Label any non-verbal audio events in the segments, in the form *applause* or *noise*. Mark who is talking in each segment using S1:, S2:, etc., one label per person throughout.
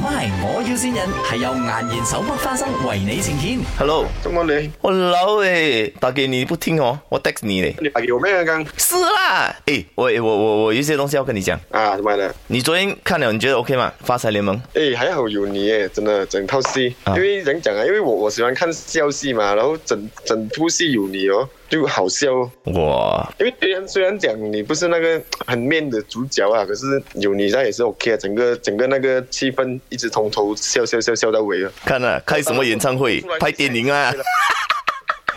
S1: MY，我要先人係由顏然手剝花生為你呈現。
S2: Hello，
S3: 怎么嘞？
S2: 我老诶，打给你不听哦，我 text 你嘞。
S3: 你打给我妹啊刚
S2: 是啦，诶，我诶我我我有一些东西要跟你讲。
S3: 啊，怎么的？
S2: 你昨天看了，你觉得 OK 吗？发财联盟
S3: 哎，还好有你耶，真的整套戏，
S2: 啊
S3: 因为怎样讲啊？因为我我喜欢看笑戏嘛，然后整整部戏有你哦，就好笑哦。
S2: 哇，
S3: 因为虽然虽然讲你不是那个很面的主角啊，可是有你在也是 OK 啊，整个整个那个气氛一直从头笑笑笑笑到尾啊。
S2: 看了、开什么演唱会
S3: 出来，
S2: 拍电影啊！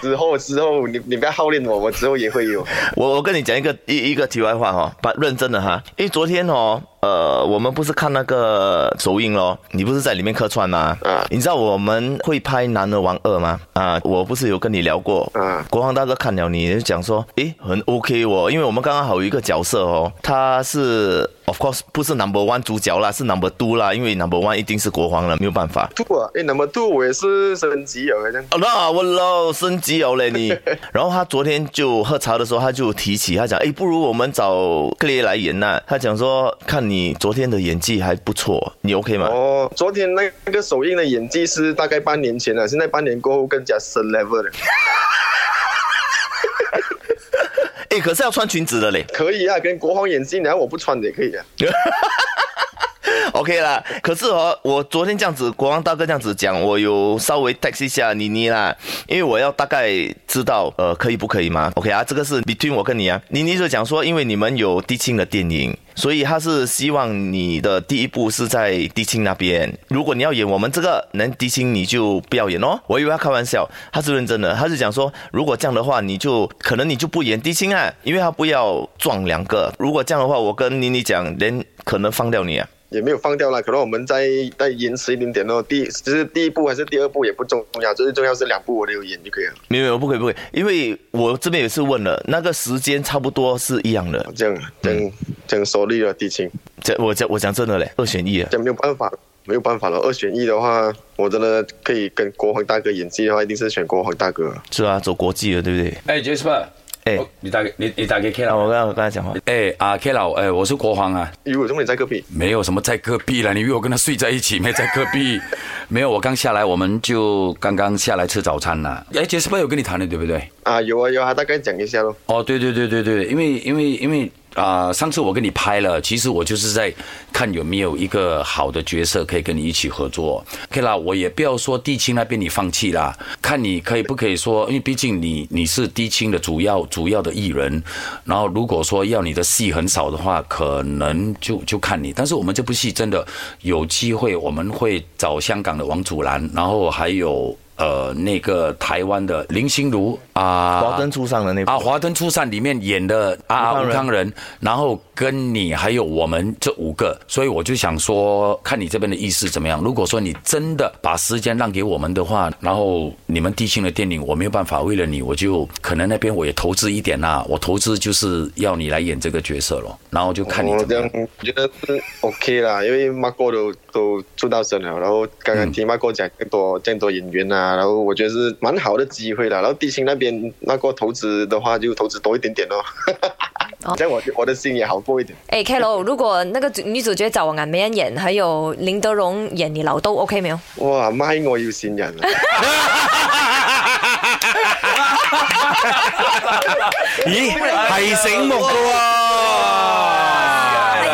S3: 之后之后你你不要好练我，我之后也会有。
S2: 我我跟你讲一个一一个题外话哈、把认真的哈，因为昨天哦，呃，我们不是看那个首映咯，你不是在里面客串吗？
S3: 啊
S2: 你知道我们会拍《男儿王二》吗？啊，我不是有跟你聊过，
S3: 啊
S2: 国王大哥看了你就讲说，诶，很 OK 哦，因为我们刚刚好有一个角色哦，他是 of course 不是 number one 主角啦，是 number two 啦，因为 number one 一定是国王了，没有办法。
S3: 度啊，哎，那么度我也是升级了，好像
S2: 哦，那我老升级了嘞你。然后他昨天就喝茶的时候，他就提起，他讲，诶，不如我们找 Clay 来演呐、他讲说，看你昨天的演技还不错，你 OK 吗？
S3: 哦，昨天那那个首映的演技是大概半年前了，现在半年过后更加深 level 了。
S2: 诶，哎可是要穿裙子的嘞。
S3: 可以啊，跟国皇演技，然后我不穿的也可以啊。
S2: *laughs* OK 啦，可是哦，我昨天这样子，国王大哥这样子讲，我有稍微 text 一下妮妮啦，因为我要大概知道，呃，可以不可以嘛？OK 啊，这个是 between 我跟你啊，妮妮就讲说，因为你们有低清的电影，所以他是希望你的第一部是在低清那边，如果你要演我们这个能低清，你就不要演哦。我以为他开玩笑，他是认真的，他是讲说，如果这样的话，你就可能你就不演低清啊，因为他不要撞两个。如果这样的话，我跟妮妮讲，连可能放掉你啊。
S3: 也没有放掉啦，可能我们再再延迟一点点咯。第就是第一部还是第二部也不重要，最重要是两部我都有演就可以了。
S2: 没有没有，不可以不可以，因为我这边也是问了，那个时间差不多是一样的。
S3: 这样啊这样这样说利了地勤，
S2: 这我讲我讲真的嘞，二选一啊。
S3: 这样没有办法，没有办法了。二选一的话，我真的可以跟国皇大哥演技的话，一定是选国皇大哥。
S2: 是啊，走国际了，对不对？
S4: 哎，Jasper，
S2: 哎
S4: 哦你打给你你打给 K
S2: 啊，
S4: 老，
S2: 我刚刚我刚才讲话，
S4: 哎啊 K 老，哎，我是国皇啊，
S3: 如果重点在隔壁，
S4: 没有什么在隔壁了，你以为我跟他睡在一起没？在隔壁， *laughs* 没有，我刚下来，我们就刚刚下来吃早餐了。哎，Jasper 有跟你谈的对不对？
S3: 啊，有啊有啊，大概讲一下咯。
S4: 哦，对对对对对，因为因为因为啊、上次我跟你拍了，其实我就是在看有没有一个好的角色可以跟你一起合作。OK 啦，我也不要说地青那边你放弃啦，看你可以不可以说，因为毕竟你你是地青的主要主要的艺人，然后如果说要你的戏很少的话，可能就就看你。但是我们这部戏真的有机会，我们会找香港的王祖蓝，然后还有。呃，那个台湾的林心如啊，
S2: 华灯初上的那部
S4: 啊，《华灯初上》里面演的啊
S2: 武康人
S4: 吴康人，然后跟你还有我们这五个，所以我就想说，看你这边的意思怎么样。如果说你真的把时间让给我们的话，然后你们地心的电影，我没有办法为了你，我就可能那边我也投资一点啦、我投资就是要你来演这个角色咯，然后就看你
S3: 我
S4: 怎么
S3: 这
S4: 样
S3: 样。我觉得是 OK 啦，因为马哥都都出道生了，然后刚刚听马哥讲更多更多演员啊，然后我觉得是蛮好的机会啦。然后地心那边那个投资的话，就投资多一点点咯，
S2: 哦
S3: *laughs* 这样我就我的心也好过一点。
S5: 哎 k l 如果那个主女主角找俺没人演，还有林德荣演你老豆，OK 没有？
S3: 哇，咪我要善人啊！
S2: 咦，系醒目噶喎！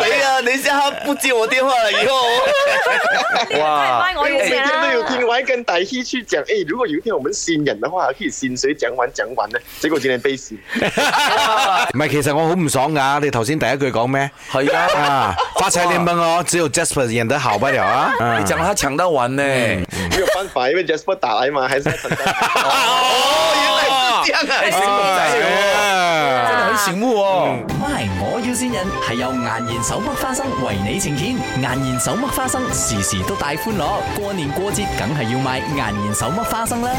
S2: 死啊！等一下他不接我电话了，以后哇，
S5: 拜我有
S3: 每
S5: 钱
S2: 哎
S3: 天都有
S5: 啦！
S3: 听完跟歹戏去讲，哎，如果有一天我们新人的话，可以新谁讲完讲完呢？结果今天被洗。
S6: 唔係，其實我好唔爽㗎。你頭先第一句講咩？
S4: 係啊
S6: 啊，發財聯盟我只有 Jasper 演得好不了啊。啊
S4: 你讲他抢到完呢、
S3: 没有办法，因为 Jasper 打来嘛，还是要承担。
S2: 嗯 *laughs* 哦，原
S3: *laughs*
S2: 来是这样啊！
S3: 哎
S6: 哎
S4: 真的很醒目哦。
S6: 嗯
S1: MY，我要先人係由顏然手剝花生為你呈現。顏然手剝花生時時都大歡樂，過年過節梗係要買顏然手剝花生啦。